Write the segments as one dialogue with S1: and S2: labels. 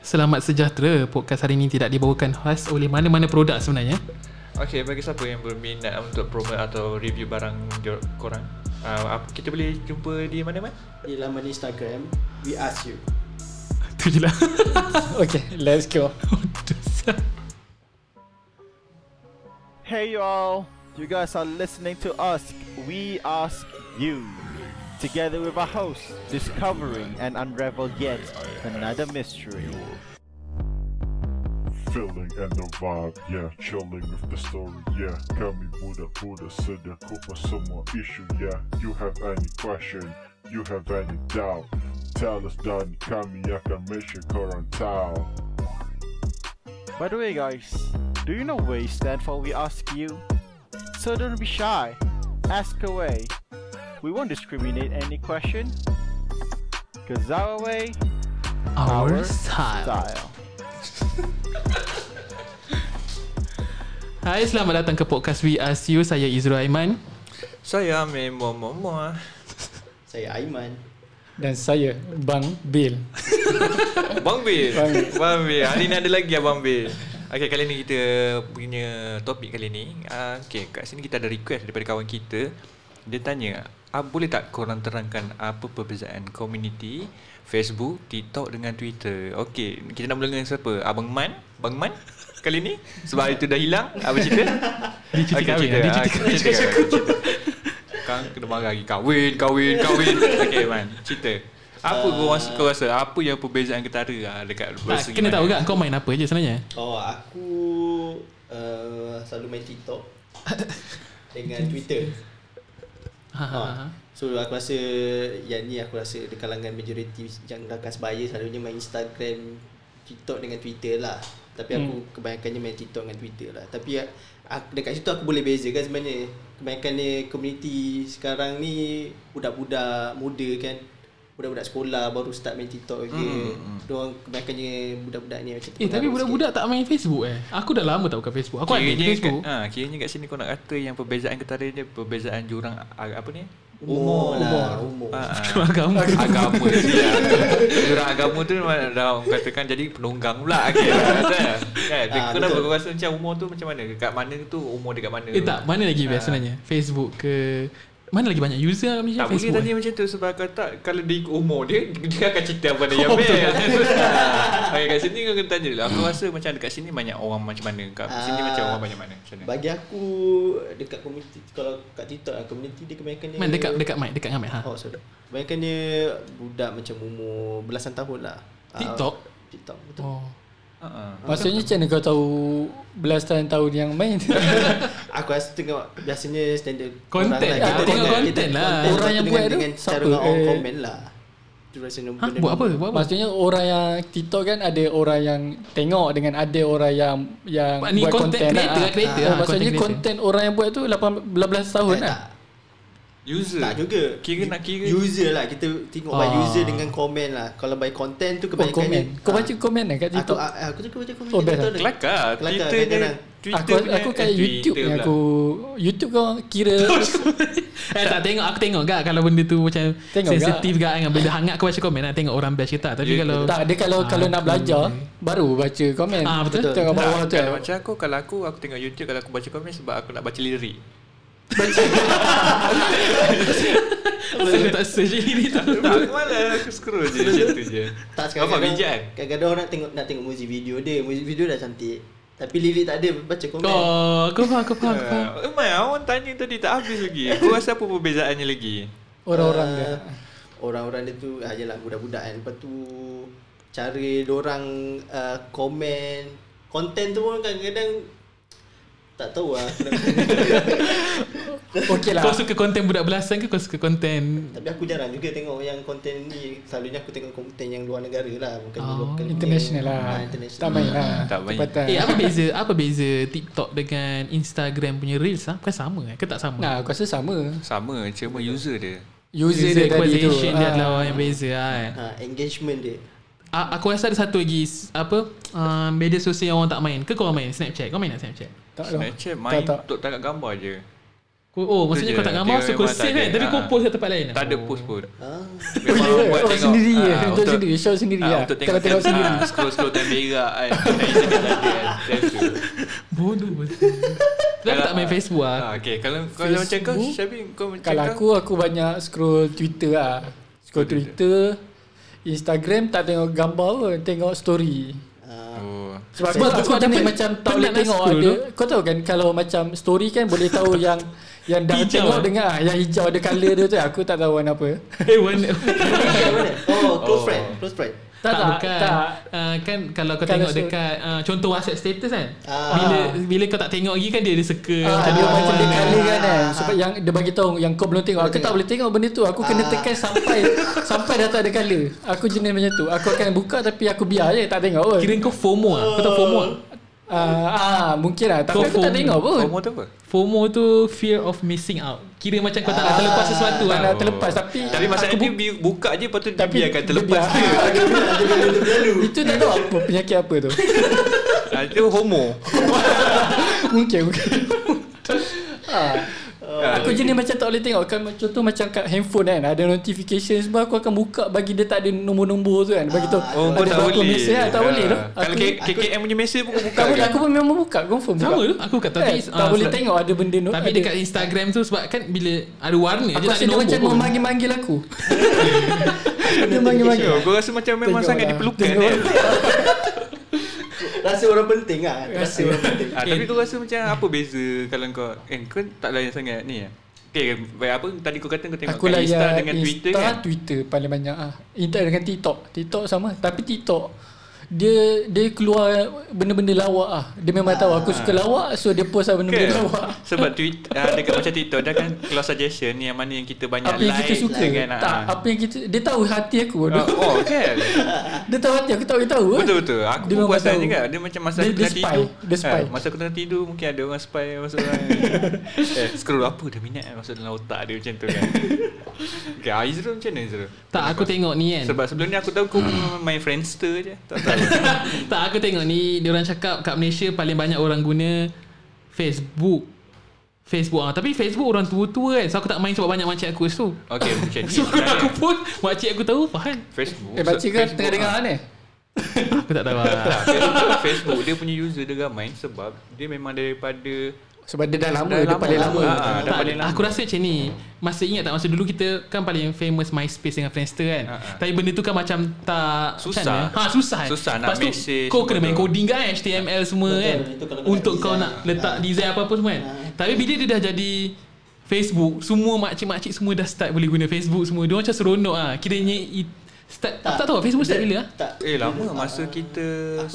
S1: Selamat sejahtera. Podcast hari ini tidak dibawakan khas oleh mana-mana produk sebenarnya.
S2: Okay, bagi siapa yang berminat untuk promote atau review barang dior- korang uh, apa- Kita boleh jumpa di mana man?
S3: Di laman Instagram We ask you
S1: Itu je lah.
S4: Okay, let's go.
S5: Hey y'all, you guys are listening to us. We ask you. Together with our hosts, discovering and unravel yet another mystery.
S6: Feeling and the vibe, yeah. Chilling with the story, yeah. Kami budak budak sedia kupas semua isu, yeah. You have any question, you have any doubt. Tell us dan kami akan mention korang tahu.
S5: By the way, guys, do you know where you stand for We Ask You? So don't be shy. Ask away. We won't discriminate any question. Cause our way,
S1: Our style.
S5: style.
S1: Hai, selamat datang ke podcast We Ask You. Saya Izra Aiman.
S2: Saya Amir Momomoa
S3: Saya Aiman
S4: Dan saya, Bang Bill.
S2: Bang Bil
S4: Bang Bil.
S2: Bang Bil Hari ni ada lagi lah Bang Bil Okay, kali ni kita punya topik kali ni uh, Okay, kat sini kita ada request daripada kawan kita Dia tanya uh, Boleh tak korang terangkan apa perbezaan community Facebook, TikTok dengan Twitter Okay, kita nak mula dengan siapa? Abang Man? Bang Man? Kali ni? Sebab hari tu dah hilang Apa cerita? Ah,
S1: Dia cuti kahwin, dia cuti
S2: kahwin Kang kena marah lagi Kahwin, kahwin, kahwin Okay Man, cerita Apa uh, kau, rasa, kau rasa Apa yang perbezaan ketara lah Dekat
S1: Tak, Ah.
S2: versi
S1: kena
S2: mana?
S1: tahu kan kau main apa je sebenarnya?
S3: Oh aku uh, Selalu main TikTok Dengan Twitter
S1: Ha, ha,
S4: Ah.
S1: ha.
S3: So aku rasa Yang ni aku rasa Di kalangan majoriti Yang rakan sebaya Selalunya main Instagram TikTok dengan Twitter lah Tapi aku hmm. kebanyakannya main TikTok dengan Twitter lah Tapi a- aku, dekat situ aku boleh bezakan sebenarnya Kebanyakannya community sekarang ni Budak-budak muda kan Budak-budak sekolah baru start main TikTok je hmm. Diorang kebanyakannya budak-budak ni macam
S1: Eh, tapi
S3: terpengaruh
S1: budak-budak tak main Facebook eh. Aku dah lama tak buka Facebook. Aku ada
S2: Kiranya
S1: Facebook.
S2: kat- Ha, kiranya kat sini kau nak kata yang perbezaan ketara dia perbezaan jurang a- apa ni?
S3: sikit. Umur lah Umur
S2: Ha, ha.
S1: Agama.
S2: agama dia. Jurang agama tu memang dah orang katakan jadi penunggang pula. Okay, kan? Kan?
S3: Ah,
S2: Kau nak
S3: betul.
S2: kau rasa macam umur tu macam mana? Dekat mana tu umur dekat mana?
S1: Eh tak, mana lagi best
S2: Ah.
S1: sebenarnya? Facebook ke mana lagi banyak user kat Malaysia
S2: Tak boleh
S1: Facebook?
S2: tanya macam tu sebab kau tak kalau di umur dia dia akan cerita apa dia
S1: Oh,
S2: yang
S1: betul.
S2: best. Okey kat sini kau kena tanya dulu. Aku rasa macam dekat sini banyak orang macam mana? Kat sini
S3: Ah.
S2: macam orang banyak mana? Macam mana?
S3: Bagi aku Dekat community Kalau kat TikTok lah Community dia kebanyakannya
S1: Man eh? dekat dekat mic, dekat dengan mic ha.
S3: Oh sorry Kebanyakannya budak macam umur belasan tahun lah
S1: TikTok?
S3: Ah, TikTok betul oh.
S1: Oh.
S2: Ha.
S4: Maksudnya macam mana kau tahu belasan tahun yang main?
S3: Aku rasa tengok biasanya standard
S1: Content lah,
S3: orang Kita
S1: tengok
S3: tengok-
S1: content
S3: kita
S1: lah.
S3: content
S4: Orang yang
S3: dengan,
S4: buat tu,
S3: Dengan cara
S4: siapa?
S3: orang
S4: Eh.
S3: komen lah Tu rasa
S1: Ha, buat apa? Buat apa?
S4: Maksudnya orang yang TikTok kan ada orang yang tengok dengan ada orang yang yang
S1: Ni
S4: buat
S1: content
S4: content ah. Ya,
S1: creator lah, creator lah,
S4: maksudnya
S1: content creator.
S4: content orang yang buat tu 18 tahun
S3: Tak,
S4: lah.
S3: tak.
S2: User.
S3: Eh, Tak juga
S2: Kira nak kira
S3: User lah Kita tengok by
S1: Ah.
S3: user dengan komen lah Kalau by content tu
S4: Oh,
S3: kebanyakan
S4: komen. Kau baca komen lah kat
S3: Aku,
S4: TikTok.
S3: ah, aku tu baca komen
S4: Oh, best
S3: TikTok
S4: lah.
S3: tu.
S2: Kelakar
S3: Kelakar
S2: Twitter dia
S3: kadang-kadang.
S4: Aku
S2: Twitter punya
S4: aku kat
S2: eh,
S4: YouTube
S2: Twitter
S4: yang
S2: pula.
S4: aku YouTube kau kira
S1: Eh tak tengok aku tengok gak kalau benda tu macam
S4: Tengok
S1: sensitif gak dengan benda hangat aku baca komen nak tengok orang best ke tak. Tapi
S2: Ya,
S1: kalau
S4: tak dia kalau kalau nak belajar baru baca komen.
S1: Ah, betul.
S4: Tengok kat bawah
S2: Tak,
S4: tu.
S2: kalau macam aku Kalau aku Aku tengok YouTube Kalau aku baca komen Sebab aku nak baca lirik
S1: asal dia tak search ini tu.
S2: Tak aku malas Aku scroll je Macam tu je
S3: Tak
S2: Apa
S3: sekarang
S2: bijak kan?
S3: Kadang-kadang orang nak tengok nak tengok muzik video dia. Muzik video dah cantik. Tapi lirik tak ada baca komen. Oh.
S1: Oh, aku faham, aku faham, aku faham.
S2: Uh, Umar, awak tanya tadi tak habis lagi. Aku rasa apa perbezaannya lagi?
S4: Oh, Orang-orang dia.
S3: Eh, Orang-orang dia tu ah yalah budak-budak kan. Lepas tu cara orang uh, komen konten tu pun kadang-kadang tak tahu lah aku nak-
S4: Okey lah.
S1: Kau suka konten budak belasan ke kau suka konten
S3: Tapi aku jarang juga tengok yang konten ni Selalunya aku tengok konten yang luar negara lah Bukan
S1: Oh,
S3: oh, local punya.
S4: International
S3: Ah,
S4: lah.
S3: international.
S4: Tak main
S1: Hmm,
S4: lah.
S2: Tak main.
S4: Tempatan.
S1: Eh apa beza apa beza TikTok dengan Instagram punya Reels ah? Bukan sama eh? Ke tak sama?
S4: Nah, aku rasa sama.
S2: Sama, cuma user dia.
S4: User, dia tadi tu.
S1: acquisition dia
S4: Ah.
S1: adalah orang yang beza kan.
S3: ha, engagement dia
S1: A- aku rasa ada satu lagi s- apa uh, media sosial yang orang tak main. Ke kau orang main Snapchat? Kau main tak Snapchat?
S4: Tak tahu.
S2: Snapchat main
S4: tak.
S2: untuk tangkap gambar je.
S1: Kau, oh, maksudnya kau
S2: je.
S1: tak gambar
S2: Dia
S1: so kau
S2: memang tak
S1: save
S2: ada.
S1: kan. Tapi kau
S2: Ah.
S1: post kat tempat lain.
S2: Tak ada
S1: Oh.
S2: post pun.
S3: Ah,
S4: Oh,
S2: Memang
S4: ya,
S2: buat
S4: oh,
S2: tengok.
S4: sendiri
S2: Ah,
S4: eh. Untuk
S2: untuk-
S4: sendiri, show sendiri
S2: Ah,
S4: lah.
S2: untuk
S4: Kalau tengok
S2: time-
S4: sendiri.
S2: ah, Scroll-scroll time berak kan. Tak isi tak ada kan. Time tu.
S1: Bodoh betul. Tapi aku tak main Facebook lah.
S2: Ah, okay. Kalau kalau macam kau,
S4: Facebook.
S2: Syabi, kau macam
S4: Kalau
S2: kau-
S4: aku aku banyak scroll Twitter lah. Scroll Twitter, Instagram tak tengok gambar pun, tengok story.
S3: ah,
S2: Oh.
S4: Sebab
S1: Sebab
S4: aku,
S1: aku
S4: aku ada
S1: dapat-
S4: macam tak boleh
S1: penat nak
S4: tengok
S1: scroll
S4: ada.
S1: tu.
S4: Kau tahu kan kalau macam story kan boleh tahu yang yang dah
S1: Hijau
S4: tengok
S1: eh?
S4: dengan ah, yang hijau ada colour dia tu aku tak tahu warna apa.
S1: Eh, warna.
S3: yang mana? Oh,
S2: Oh.
S3: close friend, close friend.
S4: Tak tak,
S1: bukan.
S4: tak.
S1: Ah, kan kalau kau
S4: Kalau
S1: tengok
S4: so-
S1: dekat ah, contoh WhatsApp status kan.
S3: Ah.
S1: Bila bila kau tak tengok lagi kan dia ada circle.
S4: Ah,
S1: ada
S4: dia
S1: warna.
S4: macam dia colour kan eh.
S3: Ah.
S4: Sebab yang dia bagi tahu yang kau belum tengok. Aku tak boleh tengok benda tu. Aku kena
S3: Ah.
S4: tekan sampai sampai dah tak ada colour. Aku jenis macam tu. Aku akan buka tapi aku biar je tak tengok pun.
S1: Kira kau FOMO lah.
S4: Oh.
S1: Kau tahu FOMO tak?
S4: Ah, ah mungkin lah Tapi
S1: Kau
S4: aku tak
S1: FOMO.
S4: tengok pun
S2: Promo tu apa?
S1: FOMO tu fear of missing out. Kira macam kau tak nak
S4: Ah,
S1: terlepas sesuatu
S4: tak
S1: lah.
S4: nak terlepas tapi
S2: Tapi masalah
S4: aku
S2: dia bi- buka je lepas tu dia
S4: Tapi
S2: biarkan
S4: dia
S2: terlepas
S4: biar.
S2: dia.
S4: bu- itu tak tahu apa penyakit apa tu.
S2: Ah, Itu homo.
S4: mungkin mungkin. ah,
S2: Ah,
S4: aku jenis macam tak boleh tengok kan contoh macam kat handphone kan ada notification sebab aku akan buka bagi dia tak ada nombor-nombor tu kan bagi tu
S2: Oh, kau
S4: ada
S2: tak
S4: berapa
S2: boleh.
S4: mesej kan tak
S2: Ah.
S4: boleh tu
S2: Kalau
S4: aku,
S2: K- KKM punya mesej pun kau buka.
S4: tak boleh
S2: kan?
S4: aku pun memang buka confirm buka.
S1: Sama tu. Aku kat
S4: Eh,
S1: tapi ah,
S4: tak boleh tengok ada benda no,
S1: Tapi
S4: ada-
S1: dekat Instagram tu sebab kan bila ada warna je
S4: aku
S1: tak
S4: rasa
S1: ada
S4: dia
S1: nombor.
S4: macam
S1: pun.
S4: memanggil-manggil aku dia manggil-manggil
S2: Yo, Kau rasa macam memang
S4: Tengok
S2: sangat
S4: lah.
S2: diperlukan
S4: Tengok.
S2: kan?
S3: Rasa orang penting ah, rasa orang penting.
S4: Eh,
S2: Ah, tapi kau rasa macam apa beza kalau kau eh kau tak layan sangat ni eh. Okay, baik apa tadi kau kata kau tengok
S4: Aku layan
S2: Insta dengan Twitter kan?
S4: Twitter paling banyak ah. Insta dengan TikTok. TikTok sama tapi TikTok dia dia keluar benda-benda lawak ah. Dia memang tahu aku suka lawak so dia post lah
S2: Ah. Ke?
S4: benda-benda lawak.
S2: Sebab tweet ah, dekat macam TikTok dah kan keluar suggestion ni yang mana yang kita banyak
S4: Apa yang
S2: like
S4: kita suka
S2: dengan
S4: Tak
S2: ah.
S4: apa yang kita Dia tahu hati aku
S2: Ah, Oh, kan.
S4: Dia tahu hati aku Tak boleh tahu eh.
S2: Betul betul. Aku
S4: Dia
S2: pun
S4: memang
S2: puas
S4: tahu.
S2: juga. Dia macam masa
S4: Dia-
S2: aku
S4: dia
S2: tengah
S4: spy.
S2: tidur. Ah,
S4: Dia spy.
S2: masa aku tengah tidur mungkin ada orang spy masa orang. eh, scroll apa dah minat kan masuk dalam otak dia macam tu kan. okay, ah, Izrul macam mana Izrul?
S1: Tak aku tengok ni kan. Hmm.
S2: Sebab sebelum ni aku tahu kau main Friendster je. Tak tahu.
S1: tak aku tengok ni dia orang cakap kat Malaysia paling banyak orang guna Facebook. Facebook ah tapi Facebook orang tua-tua kan. So aku tak main sebab banyak makcik aku tu.
S2: Okay, macam ni.
S1: So kalau aku pun makcik aku tahu faham.
S2: Facebook.
S4: Eh pakcik kau
S2: Facebook
S4: tengah dengar ni
S1: Aku tak tahu lah.
S2: Ah, Facebook, Facebook dia punya user dia ramai sebab dia memang daripada
S4: Sebab dia dah lama
S2: Dah
S4: Dia
S2: lama,
S4: paling
S2: lama.
S4: lama
S2: Ah, dah
S1: tak,
S2: paling
S3: lah.
S2: lama.
S1: aku rasa macam ni Masa ingat tak Masa dulu kita Kan paling famous MySpace dengan Friendster kan
S2: Ah, ah.
S1: Tapi benda tu kan macam Tak
S2: Susah.
S1: macam mana? ha, Susah eh?
S2: Susah nak
S1: Lepas tu,
S2: message
S1: Kau kena
S2: semua
S1: main
S2: tu.
S1: coding kan HTML semua
S3: Betul,
S1: kan
S3: itu kalau kau nak
S1: Untuk kau
S3: design.
S1: nak Letak
S3: Ah.
S1: design apa-apa semua kan
S3: Ah.
S1: Tapi bila dia dah jadi Facebook Semua makcik-makcik Semua dah start boleh guna Facebook semua Dia orang macam seronok lah Kiranya it, Start, tak, tak tahu Facebook start bila lah
S3: Tak.
S2: Eh lama masa kita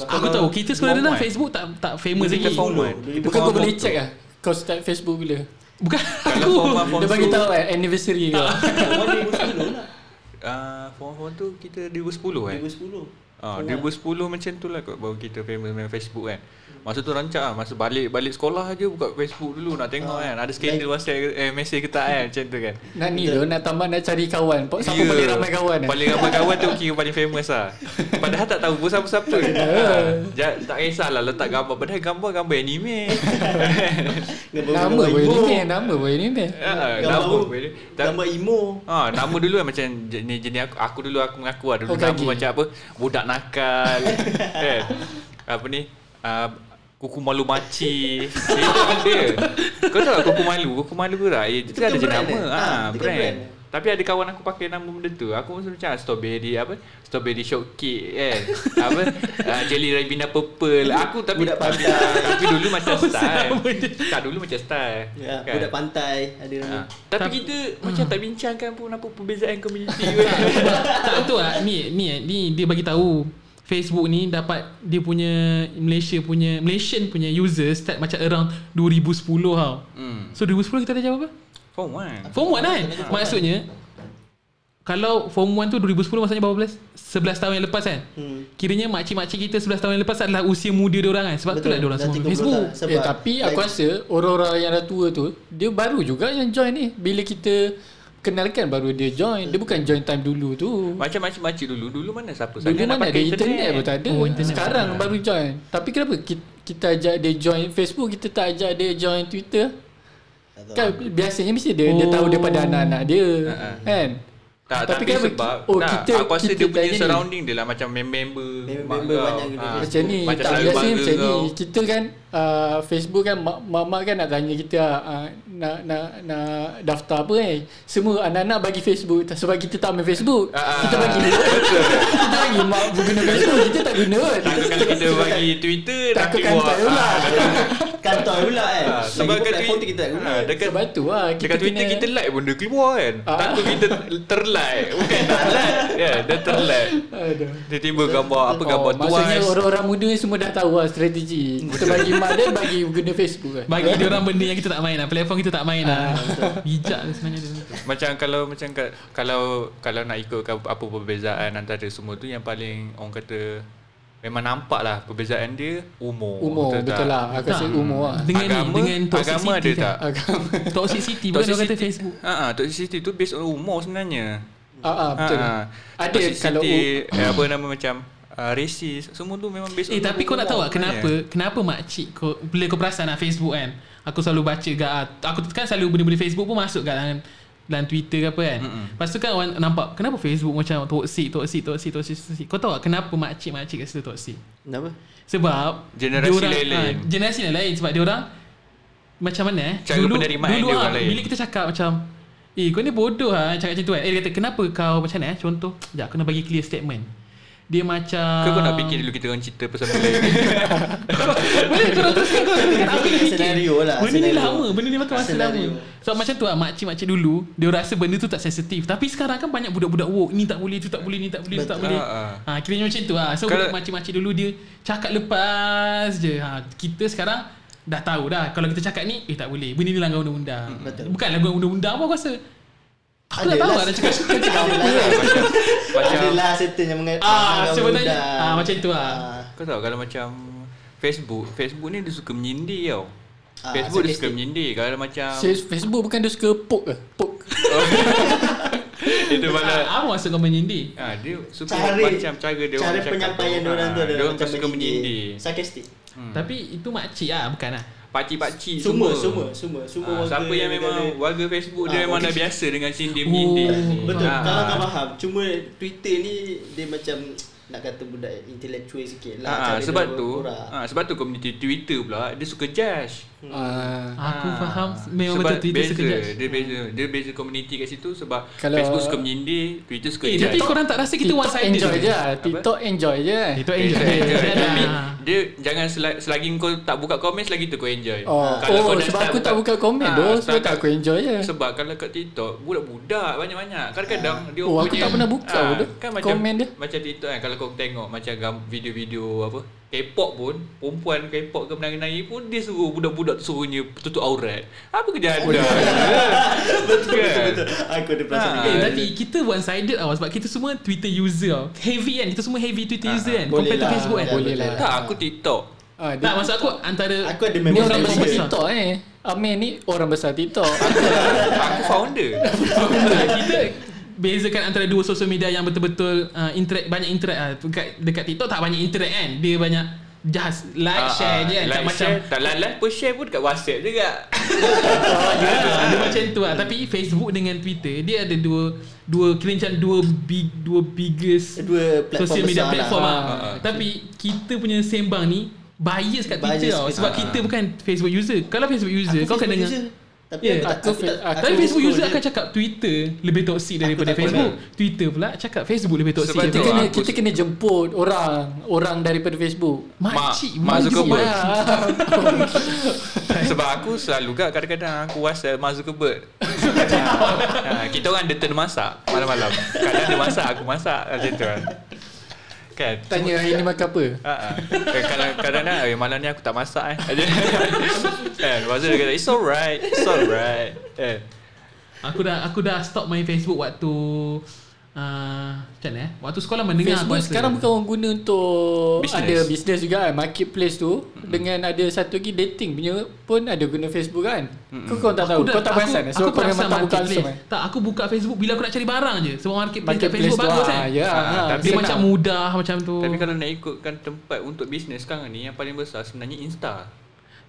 S1: Aku tahu Kita sebenarnya dalam Facebook Tak tak famous
S2: Kita
S1: lagi
S2: form one.
S4: Bukan kau boleh check lah Kau start Facebook bila
S1: Bukan
S2: Kalau
S1: aku
S2: form one, form
S4: Dia bagi
S2: two,
S4: tahu eh Anniversary kau
S3: Awal 2010 lah.
S2: ah, Form form tu kita 2010 kan
S3: 2010.
S2: Ah, 2010 macam tu lah kot Baru kita famous main Facebook kan Masa tu rancak lah Masa balik balik sekolah je Buka Facebook dulu Nak tengok
S4: Ah.
S2: kan Ada skandal WhatsApp eh, Mesej ke tak kan Macam tu kan
S4: Nak ni tu Nak tambah nak cari kawan Siapa
S2: Ya.
S4: paling ramai kawan eh?
S2: Paling ramai kawan tu kira paling famous lah Padahal tak tahu pun siapa-siapa ja, Tak kisahlah letak gambar Padahal gambar gambar anime
S4: Nama
S3: Gambar
S4: boleh
S3: emo.
S4: ni Nama boleh ni
S2: Ah,
S3: Gambar
S2: Nama
S3: emo.
S2: boleh. Tak-
S3: Gambar emo.
S2: Ah, nama dulu kan macam jenis jenis aku, aku dulu aku mengaku lah dulu
S4: Oh,
S2: nama
S4: kaki.
S2: macam apa budak nakal kan. Apa ni? Uh, kuku malu maci. Eh, itu benda. Kau tahu tak kuku malu? Kuku malu ke tak? Eh,
S3: Itu
S2: itu ada
S3: kan
S2: je
S3: brand
S2: nama.
S3: eh?
S2: Ah,
S3: Ah, itu kan
S2: brand.
S3: brand.
S2: Tapi ada kawan aku pakai nama benda tu. Aku pun macam ah, strawberry apa? Strawberry shortcake kan. apa? Ah, jelly Ribena purple. Aku tapi
S3: Budak
S2: tapi,
S3: pantai.
S2: ah, tapi dulu macam
S1: Kau
S2: style.
S1: sama dia.
S2: Tak dulu macam style.
S3: Ya,
S2: kan?
S3: budak pantai ada nama.
S2: Ha. Tapi
S1: Tapi-
S2: kita macam tak bincangkan pun apa perbezaan komuniti kan.
S1: tak betul lah ni ni ni dia bagi tahu Facebook ni dapat dia punya Malaysia punya Malaysian punya user start macam around 2010 tau.
S2: Hmm.
S1: So 2010 kita ada jawab apa?
S2: Form 1.
S1: Form 1 kan? Maksudnya kalau form 1 tu 2010 maksudnya berapa belas? 11 tahun yang lepas kan?
S3: Hmm.
S1: Kiranya makcik-makcik kita 11 tahun yang lepas adalah usia muda dia orang kan. Sebab tu lah dia orang semua main Facebook. Ya,
S3: Tahun, sebab
S4: Eh, tapi aku rasa orang-orang yang dah tua tu dia baru juga yang join ni. Bila kita kenalkan baru dia join. Dia bukan join time dulu tu.
S2: Macam makcik-makcik dulu. Dulu mana siapa
S4: Dulu
S2: sangat nak
S4: mana ada
S2: pakai
S4: internet, pun tak ada.
S1: Oh, internet.
S4: Sekarang baru join. Tapi kenapa kita, kita ajak dia join Facebook, kita tak ajak dia join Twitter?
S3: tak tahu.
S4: Kan biasanya mesti dia dia tahu daripada anak-anak dia. Kan?
S2: Tak,
S4: Tapi
S2: tapi,
S4: kan bagi-
S2: sebab
S4: oh,
S2: nah,
S4: kita-
S2: aku rasa
S4: kita
S2: dia
S4: tak
S2: punya
S4: jadi.
S2: surrounding dia lah macam member-member mak
S3: Member-member
S2: kau.
S3: banyak gini.
S2: Ah,
S4: Macam ni
S2: macam
S4: tak
S2: selalu
S4: biasanya
S2: bangga
S4: macam ni.
S2: kau.
S4: Kita kan uh, Facebook kan mak- mak-mak kan nak tanya kita uh, nak nak nak daftar apa eh. Semua anak-anak bagi Facebook Tak- sebab kita tak main Facebook.
S2: Ah,
S4: kita bagi kita bagi mak guna Facebook kita tak guna. kan.
S2: Takut kalau kita bagi Twitter dah
S4: Takutkan
S2: keluar.
S4: tak pula.
S2: Ah,
S3: Kantor pula kan.
S2: Ah,
S3: Sebab
S2: kat
S3: platform tu
S2: Twi-
S3: kita tak guna.
S2: Ah, dekat
S4: Sebab tu lah kita
S2: Dekat Twitter
S4: kena-
S2: kita like pun dia keluar kan
S4: Ah.
S2: Takut kita terlike Bukan tak like Ya dia terlike
S4: Aduh.
S2: Tiba-tiba gambar Apa gambar
S4: oh,
S2: tuas
S4: Maksudnya orang-orang muda ni semua dah tahu lah strategi. Kita bagi mak dia bagi guna Facebook Ah, kan.
S1: Bagi dia orang benda yang kita tak main lah Platform kita tak main lah Bijak lah sebenarnya dia
S2: Macam kalau Macam kat, kalau Kalau nak ikut Apa perbezaan Antara semua tu Yang paling Orang kata Memang nampak lah Perbezaan dia Umur
S4: Umur
S2: Betul tak?
S4: betul lah. Aku rasa
S1: Tak.
S4: umur lah.
S1: Dengan
S2: Agama-
S1: ni Dengan toxicity
S2: agama ada tak?
S4: Agama.
S1: Toxic city Bukan orang kata
S2: Toxicity-
S1: Facebook
S2: Ah, ah, toxicity tu based on umur sebenarnya.
S4: Ah, ah, betul.
S2: Ah, ah.
S4: Ada kalau u-
S2: toxicity, eh, apa nama macam uh, racist semua tu memang based
S1: Eh tapi kau nak tahu tak kenapa
S2: Ya,
S1: kenapa makcik kau bila kau perasan lah Facebook kan. Aku selalu baca kat aku kan selalu benda-benda Facebook pun masuk kat dalam dalam Twitter ke apa kan. Mm-mm. Lepas tu kan orang nampak kenapa Facebook macam toksik toksik toksik toksik toksik. Kau tahu tak kenapa makcik-makcik kat situ toksik?
S3: Kenapa?
S1: Sebab
S2: Generasi
S1: diorang- ah,
S2: lain-lain.
S1: generasi lain-lain sebab dia orang macam mana eh?
S2: Cara penerimaan
S1: dulu
S2: dia
S1: ah,
S2: orang lain.
S1: bila kita cakap macam Eh kau ni bodoh lah cakap macam tu kan Eh dia kata kenapa kau macam mana eh Contoh Sekejap kena bagi clear statement Dia macam
S2: Kau kau nak fikir dulu kita orang cerita pasal benda ni.
S1: Boleh korang teruskan kau Kan aku dah fikir
S3: Senario lah,
S1: Benda ni
S3: senario.
S1: lama Benda ni makan masa lama
S3: Senario.
S1: So macam tu lah Makcik-makcik dulu Dia rasa benda tu tak sensitif Tapi sekarang kan banyak budak-budak woke Ni tak boleh Tu tak boleh Ni tak boleh Tu tak
S3: Betul.
S1: boleh ha,
S2: Ah,
S1: Kiranya macam tu lah So
S2: Kalau-
S1: budak makcik-makcik dulu Dia cakap lepas je ha, Kita sekarang Dah tahu dah Kalau kita cakap ni Eh tak boleh Benda ni langgar undang-undang
S3: Betul.
S1: Bukan langgar undang-undang pun aku rasa Aku dah
S3: Ada
S1: tahu
S3: lah.
S1: lah Dah cakap Kau cakap apa
S3: Adalah.
S2: macam
S3: Adalah lah certain yang mengat
S1: Ah,
S3: yang
S1: sebenarnya
S3: mengundang.
S1: ah, Macam tu lah
S3: Ah.
S2: kau tahu kalau macam Facebook, Facebook ni dia suka menyindir tau.
S3: Ah,
S2: Facebook dia suka
S3: sarcastic.
S2: menyindir kalau macam
S4: Se- Facebook bukan dia suka poke ke? Poke.
S2: itu malah
S1: Ah, Apa maksud kau menyindir?
S2: Ah, dia suka
S3: Cara
S2: macam cara dia
S3: cara
S2: orang cakap
S3: penyampaian
S2: tu.
S3: dia orang tu
S2: Ah,
S3: adalah
S2: dia orang
S3: macam
S2: suka menyindir.
S3: Sarkastik.
S2: Hmm.
S1: Tapi itu makcik lah Bukan lah
S2: Pakcik-pakcik
S3: Semua,
S2: semua.
S3: semua,
S2: Ah,
S3: semua, semua warga
S2: siapa yang
S3: negara.
S2: memang warga Facebook dia
S3: Ah,
S2: memang dah
S3: warga-
S2: biasa dengan sindir
S1: Oh,
S2: menyindir.
S3: Betul,
S2: Ah.
S3: kalau kau faham. Cuma Twitter ni dia macam nak kata budak intellectual sikit lah.
S2: Ah,
S3: cara dia
S2: sebab tu
S3: berborak.
S2: ah, sebab tu community Twitter pula dia suka judge.
S4: Ah,
S1: Aku
S2: Ah,
S1: faham Memang
S2: sebab
S1: betul Twitter
S2: beza,
S1: suka judge
S2: Dia beza dia beza community kat situ sebab
S4: Kalau-
S2: Facebook suka menyindir, Twitter suka
S1: Eh, tapi
S2: judge.
S1: korang tak rasa kita one
S4: TikTok
S1: sided
S4: enjoy je. lah. Tiktok enjoy je. kan?
S1: Itu
S2: Eh,
S1: enjoy
S2: saya enjoy.
S1: Dia ada-
S2: Tapi dia jangan sel- selagi kau tak buka komen selagi tu kau enjoy.
S4: Oh, oh
S2: kau dah
S4: sebab
S2: start
S4: aku tak buka komen
S2: Ah,
S4: tu. Sebab
S2: start
S4: tak aku enjoy je.
S2: Sebab kalau kat TikTok budak-budak banyak-banyak. Kadang-kadang dia
S4: Oh, aku tak pernah buka
S2: Ah,
S4: bodoh.
S2: kan macam,
S4: Komen dia.
S2: Macam TikTok kan kalau kau tengok macam gam- video-video apa K-pop pun perempuan K-pop ke menari-menari pun dia suruh budak-budak tu suruhnya tutup aurat. Apa kerjaan
S4: Oh.
S2: anda? betul, kan?
S3: Betul, betul. Aku ada perasaan
S2: Ah.
S3: juga.
S1: Eh, tapi kita one sided tau sebab kita semua Twitter user tau. Heavy kan, kita semua heavy Twitter
S2: Ah,
S1: user
S2: ah.
S1: kan.
S3: Boleh
S1: Compare to
S3: lah,
S1: Facebook kan.
S4: Boleh lah.
S2: Tak, aku TikTok.
S4: Ah,
S1: Tak, maksud aku antara
S3: Aku ada
S4: Ni
S3: member
S4: orang
S3: Facebook.
S4: besar TikTok eh. Amir ni orang besar TikTok.
S2: aku founder.
S1: kita bezakan antara dua social media yang betul-betul uh, interact banyak interact ah dekat, dekat TikTok tak banyak interact kan. Dia banyak just like
S2: Ah,
S1: share
S2: ah,
S1: je kan. tak
S2: like,
S1: macam
S2: share. Tak lalat pun share pun dekat WhatsApp juga.
S1: Ah, ya, dia macam tu lah. Tapi Facebook dengan Twitter dia ada dua dua kira macam dua big dua biggest
S3: Dua platform
S1: social media
S3: besar
S1: platform
S3: lah.
S1: lah.
S2: Ah, ah.
S1: Tapi kita punya sembang ni bias kat
S3: Bias
S1: Twitter tau
S3: kat-
S1: sebab
S3: ah,
S1: kita bukan Facebook user. Kalau Facebook user
S3: Aku
S1: kau kena
S3: Facebook
S1: dengar
S3: user. Tapi
S1: Ya,
S3: aku tak,
S4: aku
S3: aku tak,
S4: fa-
S3: aku
S1: tapi Facebook
S3: follow
S1: user
S3: dia.
S1: akan cakap Twitter lebih toksik daripada
S3: tak
S1: Facebook. Twitter pula cakap Facebook lebih toksik
S2: Sebab
S4: Kita
S2: tu
S1: daripada
S4: kena
S2: aku
S4: kita
S2: se-
S4: kena jemput orang orang daripada Facebook.
S1: Makcik
S2: Mak- Mak
S1: boleh
S2: Zuckerberg.
S1: jemput.
S4: Ah,
S2: Sebab aku selalu gak kadang-kadang aku WhatsApp Mark Zuckerberg. ha, kita orang dia turn masak malam-malam. Kadang dia masak, aku masak macam tu kan. Kan?
S4: Tanya hari ni makan apa?
S2: Ha, ha. Eh, kadang- kadang-kadang eh, malam ni aku tak masak eh. kan? Lepas tu dia kata, it's alright, it's alright. Eh.
S1: Aku dah aku dah stop main Facebook waktu uh, macam mana eh? Waktu sekolah mendengar
S4: Facebook
S1: aku rasa.
S4: sekarang bukan orang guna untuk
S2: Business.
S4: ada bisnes juga kan marketplace tu mm-hmm. dengan ada satu lagi dating punya pun ada guna Facebook kan mm-hmm. kau kau tak tahu
S1: Aku dah-
S4: kau tak
S1: aku-
S4: perasan eh?
S1: aku
S4: sebab kau memang
S1: perasan
S4: tak buka
S1: marketplace.
S4: langsung kan
S1: Tak aku buka Facebook bila aku nak cari barang je Sebab marketplace, kat
S4: marketplace
S1: Facebook
S4: tu
S1: bagus
S4: ah,
S1: kan
S4: ya
S2: Ah,
S4: ah,
S1: Dia
S4: senang.
S1: macam mudah macam tu
S2: Tapi kalau nak ikutkan tempat untuk bisnes sekarang ni yang paling besar sebenarnya Insta.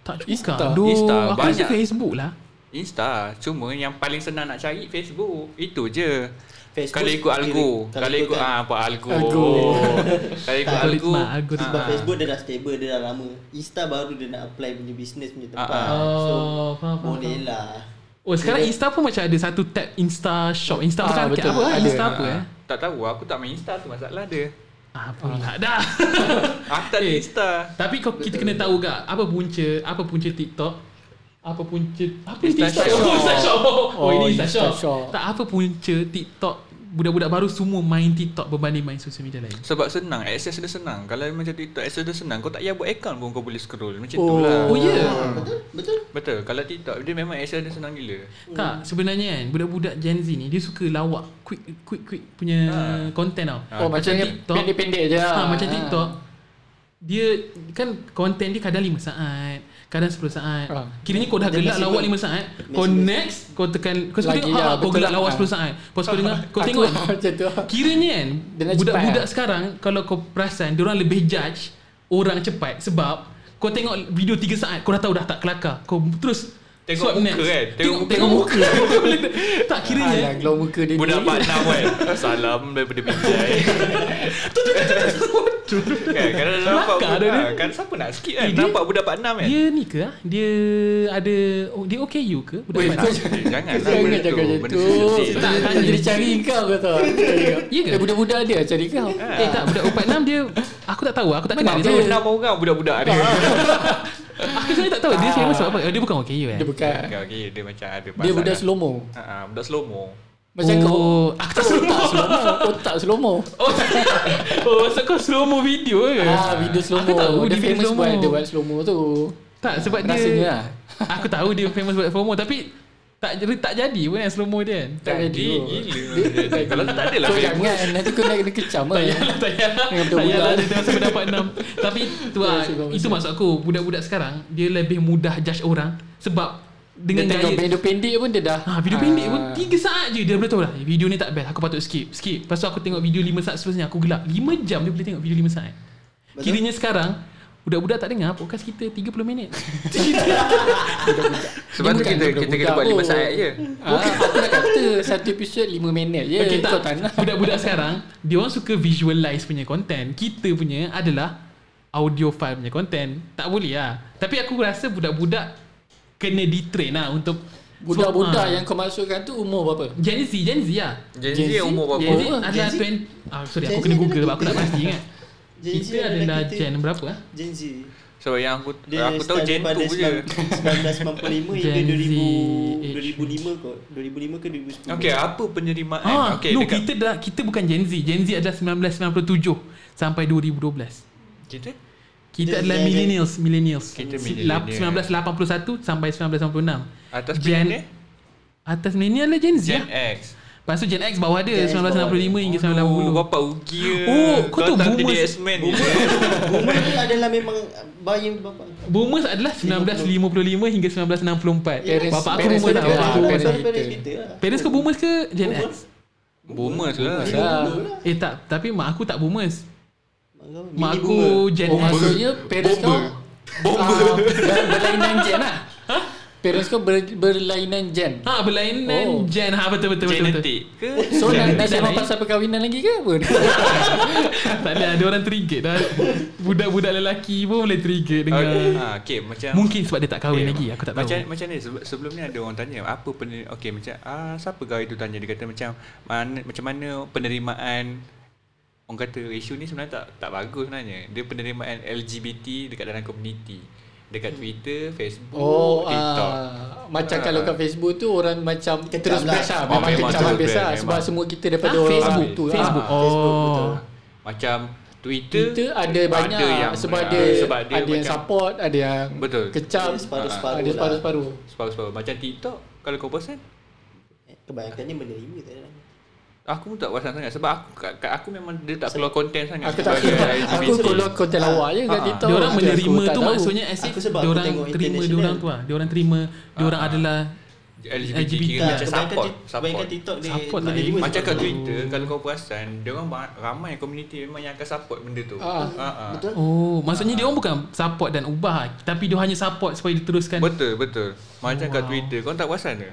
S1: Tak
S4: Insta.
S1: cukup Duh,
S2: Insta
S1: Aku rasa
S2: banyak.
S1: Facebook lah
S2: Insta Cuma yang paling senang nak cari Facebook Itu je
S3: Facebook
S2: Kalau ikut algo
S3: sendiri. kan?
S2: Kalau ikut ah, apa algo
S4: Algo.
S2: Kalau ikut algo
S1: Algoritma
S3: Sebab
S1: Algoritma
S2: Ah.
S3: Facebook dia dah stable Dia dah lama Insta baru dia nak apply punya business punya tempat
S2: Ah,
S1: ah.
S3: So
S1: Oh, faham, faham,
S3: Boleh lah
S1: Oh sekarang Insta pun macam ada satu tab Insta shop Insta
S4: Ah,
S1: bukan
S4: betul.
S1: apa
S4: Ada.
S1: Insta apa eh
S2: Ah, Tak tahu aku tak main Insta tu masalah dia
S1: Ah pula dah
S2: Aku tak ada
S1: Eh.
S2: Insta
S1: Tapi kau kita kena tahu gak Apa punca Apa punca TikTok Apa punca Apa
S2: Insta
S1: Insta Shop
S2: Shop.
S1: Oh, Insta Shop Oh
S4: Oh,
S1: ini Insta
S4: Insta Shop.
S1: Shop Tak apa punca TikTok Budak-budak baru semua main TikTok Berbanding main social media lain
S2: Sebab senang Access dia senang Kalau macam TikTok Access dia senang Kau tak payah buat account pun Kau boleh scroll Macam tu
S4: Oh.
S2: lah
S1: Oh ya yeah.
S3: Betul? Betul?
S2: Betul Kalau TikTok Dia memang access dia senang gila
S1: Tak Hmm. sebenarnya kan Budak-budak Gen Z ni Dia suka lawak Quick quick quick punya
S2: Ha.
S1: Content tau
S4: Oh macam
S1: Macam
S4: ni
S1: TikTok.
S4: pendek-pendek je
S1: ha,
S4: lah.
S1: Macam TikTok Dia Kan konten dia kadang 5 saat Kadang 10 saat
S4: Ah.
S1: ha. Kiranya kau dah
S3: Dia
S1: gelak
S3: masih
S1: lawak
S3: ber-
S1: 5 saat Kau
S3: masih ber-
S1: next Kau tekan Kau suka
S4: Lagi
S1: tengok
S4: lah,
S1: ha, Kau
S4: betul
S1: gelak
S4: lah.
S1: lawak
S4: Ah.
S1: 10 saat Kau suka dengar Kau
S4: Aku
S1: tengok
S4: Macam tu lah.
S1: Kiranya kan
S4: Dia nak
S1: Budak-budak
S4: cepat. lah.
S1: sekarang Kalau kau perasan Diorang lebih judge Orang cepat Sebab Kau tengok video 3 saat Kau dah tahu dah tak kelakar Kau terus swipe
S2: Tengok muka kan?
S1: Tengok,
S2: Tengok
S1: tengok muka Tak kiranya
S4: Alah, glow muka dia
S2: Budak
S4: ni.
S2: Pak Nam kan Salam daripada Binjai Kan kadang dia nampak
S1: Kelakar
S2: budak
S1: dia ni.
S2: Kan siapa nak skip kan
S1: Eh, dia-
S2: Nampak budak Pak Nam kan
S1: Dia ni ke ah? Dia ada oh, dia OKU ke?
S4: Weh,
S1: Budak
S4: kau
S1: Pak Nam?
S4: jangan-
S2: Jangan lah
S4: Jangan
S2: benda tu
S4: cakap macam
S2: Benda
S4: tu
S2: sensitif.
S1: Tak,
S4: Tak
S1: tanya.
S4: jadi cari kau kau tahu
S1: Ya ke?
S4: Eh budak-budak dia cari kau
S1: Eh tak budak Upat Nam dia aku tak tahu, aku tak kenal
S4: Memang
S1: dia.
S2: Dia
S1: Saya-
S2: enam orang budak-budak dia
S1: Aku sebenarnya tak tahu dia famous sebab apa. Oh, Dia bukan OKU eh.
S4: Dia bukan
S2: Okay, okay, Dia macam ada
S4: Dia budak
S2: lah.
S4: slow mo
S2: Ah, ah, Budak slow mo
S4: Macam
S1: oh,
S4: kau
S1: Aku tak slow
S4: Otak slow mo Otak slow mo
S1: Oh, oh maksud kau slow mo video ke?
S4: Ah, video slow
S1: Aku tahu
S4: mo Dia
S1: dia video
S4: famous
S1: slow-mo.
S4: buat Dia buat slow mo tu
S1: Tak sebab dia
S4: Rasanya lah
S1: Aku tahu dia famous buat FOMO tapi tak jadi- tak jadi pun yang slow mo dia. kan?
S4: Tak jadi
S2: Dia gila Kalau tak ada lah
S4: Kau
S2: famous.
S4: jangan Nanti kau nak kena kecam
S1: Tak
S4: eh.
S1: payahlah, tak payahlah.
S4: Dengan
S1: Tak payahlah,
S4: budak-budak.
S1: dia terasa mendapat enam. Tapi tu lah,
S4: Ya, sebab-
S1: itu
S4: sebab.
S1: maksud aku. Budak-budak sekarang, dia lebih mudah judge orang. Sebab
S4: Dia
S1: dengan
S4: tengok
S1: gaya...
S4: video pendek pun dia dah
S1: Ha, video pendek pun
S4: Ah.
S1: 3 saat je Dia dah boleh tahu lah eh, Video ni tak best Aku patut skip Skip Lepas tu aku tengok video 5 saat seterusnya Aku gelap 5 jam dia boleh tengok video 5 saat
S3: Betul.
S1: Kiranya sekarang Budak-budak tak dengar Podcast kita 30 minit
S2: Sebab
S4: Dia
S2: tu kita
S4: bukan
S2: kita
S4: budak-budak
S2: kena buat lima
S4: pun.
S2: saat je
S4: Ah, aku nak kata satu episod 5 minit je.
S1: Okay tak
S4: Kau tak nak.
S1: Budak-budak sekarang Dia orang suka visualize punya content Kita punya adalah Audio file punya content Tak boleh lah Tapi aku rasa budak-budak Kena ditrain lah untuk Ah.
S4: Budak-budak yang kau masukkan tu umur berapa?
S1: Gen Z Gen Z lah
S2: Gen Z
S4: Gen Z?
S2: umur
S1: Gen Z
S2: berapa
S4: Gen
S1: adalah
S3: Z?
S1: 20 ah, Sorry
S3: Gen
S1: aku
S3: Z
S1: kena google
S3: adalah
S1: sebab aku tak
S3: kita.
S1: pasti kan
S3: Gen Z
S1: Kita adalah
S3: adalah kita.
S1: gen berapa ah?
S3: Gen Z
S2: Sebab yang aku
S3: Dia
S2: Aku tahu
S3: start
S2: Gen
S3: daripada
S2: 2 je
S1: Gen Z age.
S3: 1995 hingga 2000 2005 kot 2005 ke 2010
S2: Okay apa penerimaan
S1: Ah,
S2: Okay
S1: no,
S2: dekat
S1: kita dah kita bukan Gen Z. Gen Z adalah 1997 sampai 2012.
S2: Kita
S1: Kita
S3: Gen
S1: adalah
S3: Z.
S1: millennials, millennials.
S2: Kita
S1: Si- lap-
S2: millennial.
S1: 1981 sampai 1996.
S2: Atas
S1: Gen-
S2: Gen
S1: Atas millennial lah Gen Z
S2: Gen
S1: lah.
S2: X
S1: Lepas tu Gen X bawah dia
S3: Gen X
S1: 1995 hingga
S2: Oh,
S1: 1980.
S2: bapak ugi
S1: Oh, kau tahu boomers-
S2: X-Men
S3: Boomer ni adalah memang ah, Bayang bapak
S1: Boomers adalah 1955 hingga 1964.
S4: Parents-
S1: Bapak aku
S4: parents
S1: boomer tau. Bapak
S4: kita
S1: aku
S4: lah,
S1: boomer.
S4: parents.
S3: Pasal parents kita lah
S1: Parents ke boomers ke Gen
S3: Boomers.
S1: X?
S2: Boomers lah
S4: Boomers lah.
S3: Dulu lah.
S1: Eh tak, tapi mak aku tak boomers. Mak
S3: Mini
S1: aku Ah,
S3: boomer.
S1: Gen
S4: Oh,
S1: X.
S4: maksudnya parents kau ah, ber- berlainan gen lah. Parents kau ber, berlainan gen.
S1: Ha berlainan
S4: Oh.
S1: Gen ha betul betul betul betul.
S2: Genetik ke
S4: So nak nak sembang
S1: lain.
S4: pasal perkahwinan lagi ke apa?
S1: tak ada ada orang trigger dah. Budak-budak lelaki pun boleh trigger dengan
S2: Okay, ha, okay macam
S1: mungkin sebab dia tak kahwin
S2: okay,
S1: lagi aku tak tahu.
S2: Ya. Macam macam ni sebe- sebelum ni ada orang tanya apa pener, okay macam ah siapa gaya tu tanya dia kata macam mana macam mana penerimaan orang kata isu ni sebenarnya tak tak bagus sebenarnya. Dia penerimaan LGBT dekat dalam community
S1: Hmm.
S2: dekat Twitter, Facebook,
S4: Oh,
S2: TikTok.
S4: ah, macam kalau kat Facebook tu orang macam
S3: Kecam
S4: terus
S3: lah.
S4: biasa,
S2: Oh,
S4: memang
S2: memang
S4: kecam
S2: terus
S4: biasa
S2: blast,
S4: sebab
S2: memang.
S4: semua kita daripada
S1: Ah,
S4: orang
S1: Facebook,
S4: tu.
S1: Facebook.
S4: Ah.
S1: Oh.
S3: Facebook, betul.
S2: Macam Twitter,
S4: Kita ada banyak sebab,
S2: ah,
S4: dia,
S2: sebab dia
S4: ada yang
S2: macam-
S4: support, ada yang
S2: Betul.
S4: kecam,
S3: Ada separuh-separuh
S4: ada
S3: lah.
S4: separuh-separuh.
S2: Separuh-separuh Macam TikTok Kalau kau perasan
S3: Kebanyakannya Eh, menerima tak ada
S2: Aku pun tak perasan sangat Sebab aku, kat, kat aku memang Dia tak keluar konten sangat
S4: Aku tak
S2: sebagai
S4: kira. Aku
S2: LGBT.
S4: kalau konten lawak je kat
S2: Ah.
S4: TikTok.
S1: dia orang
S4: Aku
S1: menerima
S4: tak
S1: tu
S4: tahu.
S1: maksudnya as if
S3: Aku sebab
S1: dia
S3: aku
S1: orang
S3: tengok
S1: terima dia
S3: international.
S1: orang tu lah. Dia orang terima dia orang adalah
S2: LGBT,
S1: LGBT. Tak,
S2: kira macam support,
S3: kebanyakan, ti-
S2: support.
S3: kebanyakan TikTok dia
S1: Support
S3: benda
S1: lah,
S3: dua
S1: eh.
S2: Macam kat
S3: sebab-
S2: Twitter Kalau kau perasan Dia orang ba- ramai Community memang yang akan support Benda tu
S4: Ah,
S2: Ah, ah.
S3: Betul
S1: Oh, maksudnya dia orang bukan support dan ubah ah. tapi dia hanya support supaya diteruskan.
S2: Betul betul Macam kat
S1: Wow.
S2: Twitter Kau tak perasan ke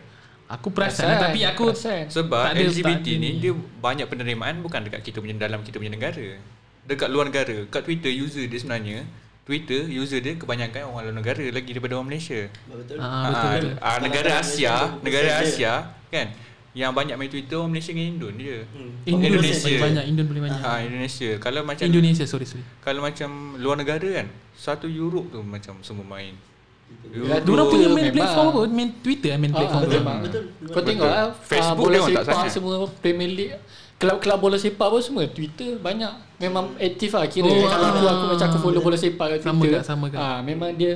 S1: Aku perasan, lah, tapi aku
S4: perasan.
S2: Sebab
S1: Tak ada-
S2: LGBT
S1: tak ada
S2: ni
S1: ni.
S2: Dia banyak penerimaan Bukan dekat kita punya Dalam kita punya negara Dekat luar negara Kat Twitter user dia sebenarnya Twitter user dia kebanyakan orang luar negara lagi daripada orang Malaysia.
S3: Betul
S1: Ah,
S2: Ah,
S1: betul betul.
S2: ah, negara Asia, negara
S3: Malaysia.
S2: Asia kan yang banyak main Twitter orang Malaysia dengan Indon dia.
S3: Hmm.
S1: Indon
S2: Indonesia.
S1: boleh banyak, Indon boleh banyak.
S2: Ha, Indonesia. Kalau macam
S1: Indonesia, sorry sorry.
S2: kalau macam luar negara kan, satu Europe tu macam semua main.
S4: Ya,
S1: Dia orang punya main
S4: Memang.
S1: platform apa? Main Twitter eh, main
S4: Ah,
S1: platform.
S4: betul.
S1: apa?
S4: Memang.
S3: Betul
S4: Kau
S3: Betul
S4: tengok lah
S2: Facebook
S4: ah, bola
S2: memang tak
S4: sepak
S2: sangat.
S4: semua Premier League Kelab-kelab bola sepak pun semua Twitter banyak Memang aktif lah Kira
S1: Oh,
S4: oh, kalau aku,
S1: ah.
S4: aku macam aku follow bola sepak kat
S1: Sama
S4: Twitter
S1: gak, sama gak.
S4: Ah, Memang dia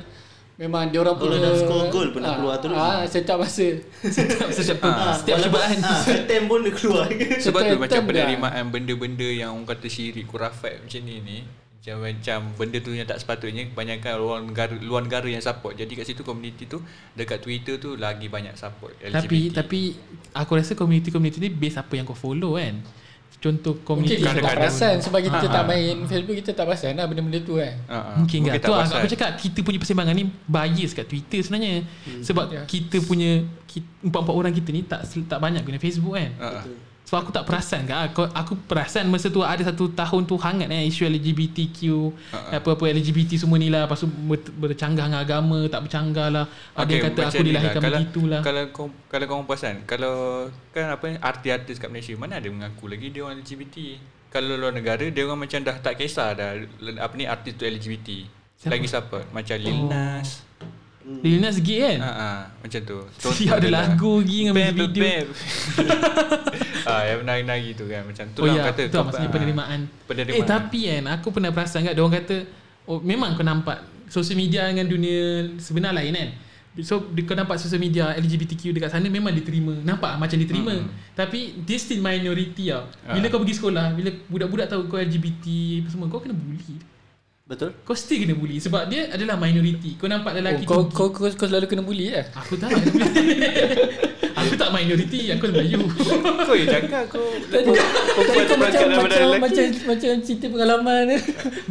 S4: Memang dia orang
S3: Kalau
S4: punya
S3: dah score goal pun dah
S4: ah,
S3: keluar terus.
S4: ah, Setiap masa
S1: Setiap
S3: Ah,
S1: setiap
S3: walaupun-
S1: cubaan.
S3: ah, Attempt pun dia keluar
S2: Sebab tu
S4: Setiap
S2: macam
S4: term dah.
S2: penerimaan benda-benda yang orang kata syirik, kurafat macam ni ni macam macam benda tu yang tak sepatutnya kebanyakan orang negara luar negara yang support. Jadi kat situ community tu dekat Twitter tu lagi banyak support LGBT.
S1: Tapi tapi aku rasa community-community ni base apa yang kau follow kan. Contoh
S4: Mungkin
S1: community
S4: kita tak
S2: kadang-kadang.
S4: perasan Sebab kita
S1: Ah,
S4: tak
S1: ah.
S4: main Facebook Kita tak perasan lah benda-benda tu kan
S2: Ha, ha.
S1: Mungkin, mungkin tak
S2: tak
S1: tu ah,
S2: perasan.
S1: aku cakap kita punya persembangan ni bias kat Twitter sebenarnya hmm. sebab
S4: Ya.
S1: yeah. kita punya ki- empat-empat orang kita ni tak sel- tak banyak guna Facebook kan
S2: Ha, ha.
S1: so aku tak perasan ke aku, aku perasan masa tu ada satu tahun tu hangat eh isu LGBTQ
S2: Ah,
S1: apa-apa LGBT semua ni lah lepas tu ber- bercanggah dengan agama tak bercanggah lah ada yang kata
S2: macam
S1: aku
S2: ni
S1: dilahirkan lah."
S2: kalau,
S1: begitulah
S2: Kalau kau kalau kau orang perasan, kalau kan apa ni artis-artis kat Malaysia mana ada mengaku lagi dia orang LGBT. Kalau luar negara dia orang macam dah tak kisah dah le- apa ni artis tu LGBT.
S1: Siapa? Oh.
S2: Lagi siapa? Macam Lil Nas.
S1: Lil Nas gay kan
S2: Ha ah, macam tu. lah.
S1: Siap ada lagu lagi dengan video-video.
S2: ah, yang menari-nari tu kan macam tu
S1: oh
S2: lah
S1: ya,
S2: kata
S1: kata betul maksudnya
S2: ah,
S1: penerimaan.
S2: penerimaan.
S1: Eh tapi kan aku pernah perasan kat dia orang kata oh memang kau nampak sosial media dengan dunia sebenar lain kan. So dia- kau nampak sosial media LGBTQ dekat sana memang diterima. Nampak macam diterima. Tapi dia still minority tau. Bila
S2: Hmm. Ah.
S1: kau pergi sekolah, bila budak-budak tahu kau LGBT apa semua, kau kena bully.
S3: Betul
S1: Kau still kena bully sebab dia adalah minority. Kau nampak
S4: oh,
S1: lelaki
S4: kau,
S1: tu-
S4: kau, kau, kau selalu kena bully lah
S1: Aku tak kena bully. Aku tak minority, aku Melayu.
S2: Kau yang cakap kau
S4: Tadi tadi kau
S2: perempuan
S4: macam
S2: dan
S4: macam,
S2: lelaki.
S4: macam macam cerita pengalaman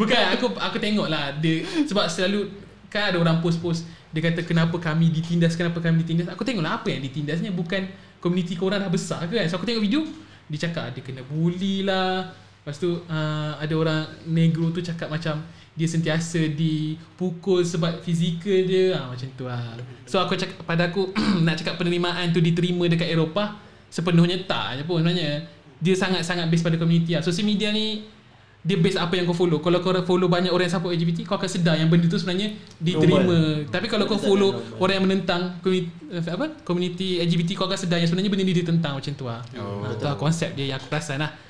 S1: Bukan aku aku tengok lah dia sebab selalu kan ada orang post-post dia kata kenapa kami ditindas kenapa kami ditindas aku tengok lah apa yang ditindasnya bukan komuniti korang dah besar ke kan so aku tengok video dia cakap dia kena bully lah lepas tu uh, ada orang negro tu cakap macam dia sentiasa dipukul sebab fizikal dia ha, macam tu lah so aku cakap pada aku nak cakap penerimaan tu diterima dekat Eropah sepenuhnya tak je pun sebenarnya dia sangat-sangat based pada komuniti lah social media ni dia base apa yang kau follow kalau kau follow banyak orang yang support LGBT kau akan sedar yang benda tu sebenarnya diterima normal. tapi kalau kau follow orang yang menentang community, eh, apa community LGBT kau akan sedar yang sebenarnya benda ni ditentang macam tu lah
S2: Oh.
S1: oh. tu lah konsep dia yang aku perasan lah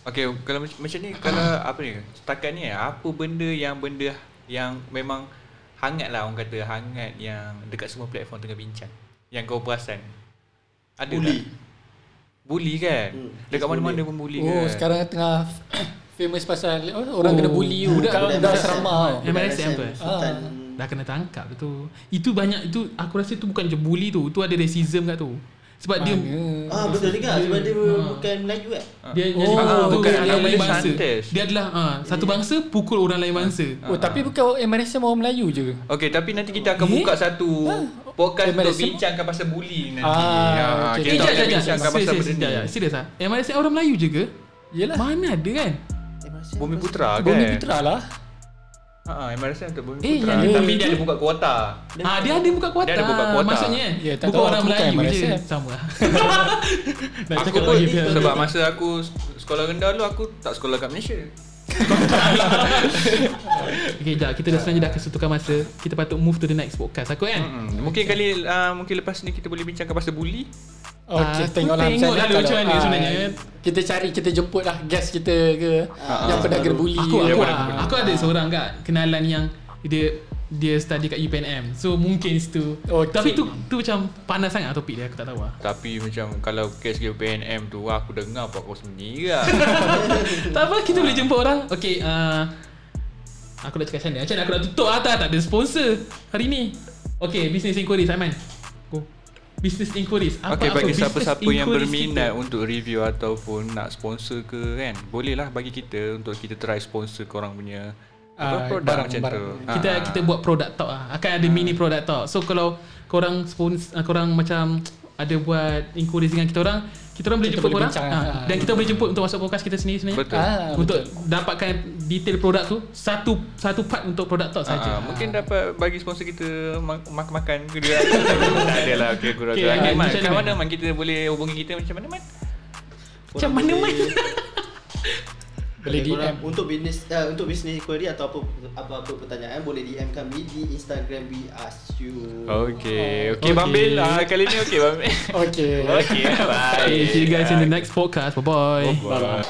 S2: Okay, kalau mac- macam ni, kalau apa ni, setakat ni apa benda yang benda yang memang hangat lah orang kata hangat yang dekat semua platform tengah bincang yang kau perasan? Ada tak?
S3: Bully.
S2: Bully kan?
S3: Hmm,
S2: Dekat
S3: bully.
S2: mana-mana pun bully kan?
S4: Oh sekarang tengah famous pasal oh, orang
S1: Oh.
S4: kena bully budak
S3: Budak-
S4: budak
S3: budak-
S4: asrama tau.
S1: Eh, MLSM tu, eh?
S3: Sultan
S1: dah kena tangkap tu itu banyak itu aku rasa tu bukan je bully tu tu ada racism kat tu sebab dia
S4: Mana?
S3: Ah betul juga sebab dia
S1: Ah.
S3: bukan Melayu kan
S2: Ha.
S1: dia jadi
S4: Oh, ah,
S1: tu
S4: bukan.
S1: orang lain
S2: Dia
S1: bangsa
S2: santes.
S1: dia adalah ha, satu bangsa pukul orang lain bangsa
S4: Oh tapi bukan MRSM orang Melayu je ke?
S2: Okay, tapi nanti kita akan
S1: Eh?
S2: buka satu podcast
S4: Eh,
S2: untuk
S4: Malaysia?
S2: bincangkan pasal bully nanti.
S4: Ah,
S2: Ah,
S1: Eh,
S4: okay.
S2: Kita
S1: jap, jap,
S2: akan
S1: jap.
S2: bincangkan pasal
S1: Serius,
S2: benda ni.
S1: serius, serius lah. MLSM orang Melayu je ke?
S4: Yelah.
S1: Mana ada kan?
S2: Bumi Putra kan?
S4: Bumi Putra lah.
S2: Ha, MRSM untuk Bumi
S1: Eh,
S2: Putra.
S1: yang-
S2: Tapi
S4: eh,
S2: dia
S4: tu-
S2: ada buka kuota.
S1: Ah dia ada buka kuota.
S2: Dia ada buka kuota.
S1: Maksudnya eh.
S4: Ya, tak
S1: bukan
S4: tahu
S1: orang
S4: aku bukan
S1: Melayu je.
S4: Malaysia.
S1: Sama lah. Nak
S2: Aku
S1: cakap
S2: pun
S1: lagi biar-
S2: sebab masa aku sekolah rendah dulu aku tak sekolah kat Malaysia.
S1: Okay, jap. Kita dah sebenarnya dah kesutukan masa. Kita patut move to the next podcast aku kan?
S2: Hmm,
S4: Oh,
S2: mungkin kali uh, mungkin lepas ni kita boleh bincangkan pasal bully.
S4: Okey,
S1: Ah, Aku
S4: tengoklah
S1: tengok
S4: misalnya
S1: dulu lah, macam mana
S4: ah,
S1: sebenarnya kan.
S4: Kita cari kita jemput lah guest kita ke
S3: ah,
S4: yang pernah kena
S3: baru.
S4: bully.
S1: Aku
S4: ke.
S1: aku,
S2: boleh,
S1: aku,
S2: boleh.
S1: aku ada seorang kat kenalan yang dia dia study kat UPNM. So mungkin situ.
S4: Okey.
S1: Tapi tu tu macam panas sangat topik dia aku tak tahu lah.
S2: Tapi macam kalau kes dia PNM tu aku dengar apa kau sendiri lah.
S1: tak apa kita boleh jumpa orang. Okey, uh, aku nak cakap macam mana? Macam mana aku nak tutup ah tak, tak ada sponsor hari ni. Okey, business inquiry Simon. Go. business inquiries. Apa
S2: Okay,
S1: apa
S2: bagi
S1: business
S2: siapa-siapa yang
S1: inquiries
S2: berminat
S1: kita?
S2: untuk review ataupun nak sponsor ke kan, bolehlah bagi kita untuk kita try sponsor korang punya
S1: Ah,
S2: apa produk
S4: barang-
S2: macam
S4: barang.
S2: tu.
S1: kita
S2: Ah, ah.
S1: kita buat product talk lah. Akan ada mini product talk. So kalau korang spons, ah, korang macam ada buat inquiries dengan kita orang, kita orang boleh
S4: Kita
S1: jumpa
S4: boleh
S1: korang
S4: bincang
S1: Ah,
S4: lah.
S1: dan kita boleh jemput untuk masuk podcast kita sendiri sebenarnya.
S2: Betul.
S4: Ah,
S1: untuk dapatkan detail produk tu satu satu part untuk produk talk
S2: Ah,
S1: saja.
S2: ah, mungkin dapat bagi sponsor kita mak- makan-makan ke dia. tak ada lah. Okay, aku
S1: Okay,
S2: okay,
S1: ah,
S2: okay, Man,
S1: macam
S2: kat
S1: mana?
S2: mana Man kita boleh hubungi kita macam mana Man?
S1: Macam
S3: Korang
S1: mana,
S3: boleh-
S1: Man?
S4: Boleh
S3: korang-
S4: DM.
S3: Untuk bisnes uh, untuk bisnes inquiry atau apa apa-apa pertanyaan boleh DM kami di Instagram we ask
S2: Okay,
S3: you.
S2: okay,
S1: Okay.
S2: okay. Bambil. Ah, kali ni okay Bambil.
S4: Okay.
S2: okay, bye.
S1: Okay, see you guys in the next podcast. Bye-bye.
S2: Bye-bye.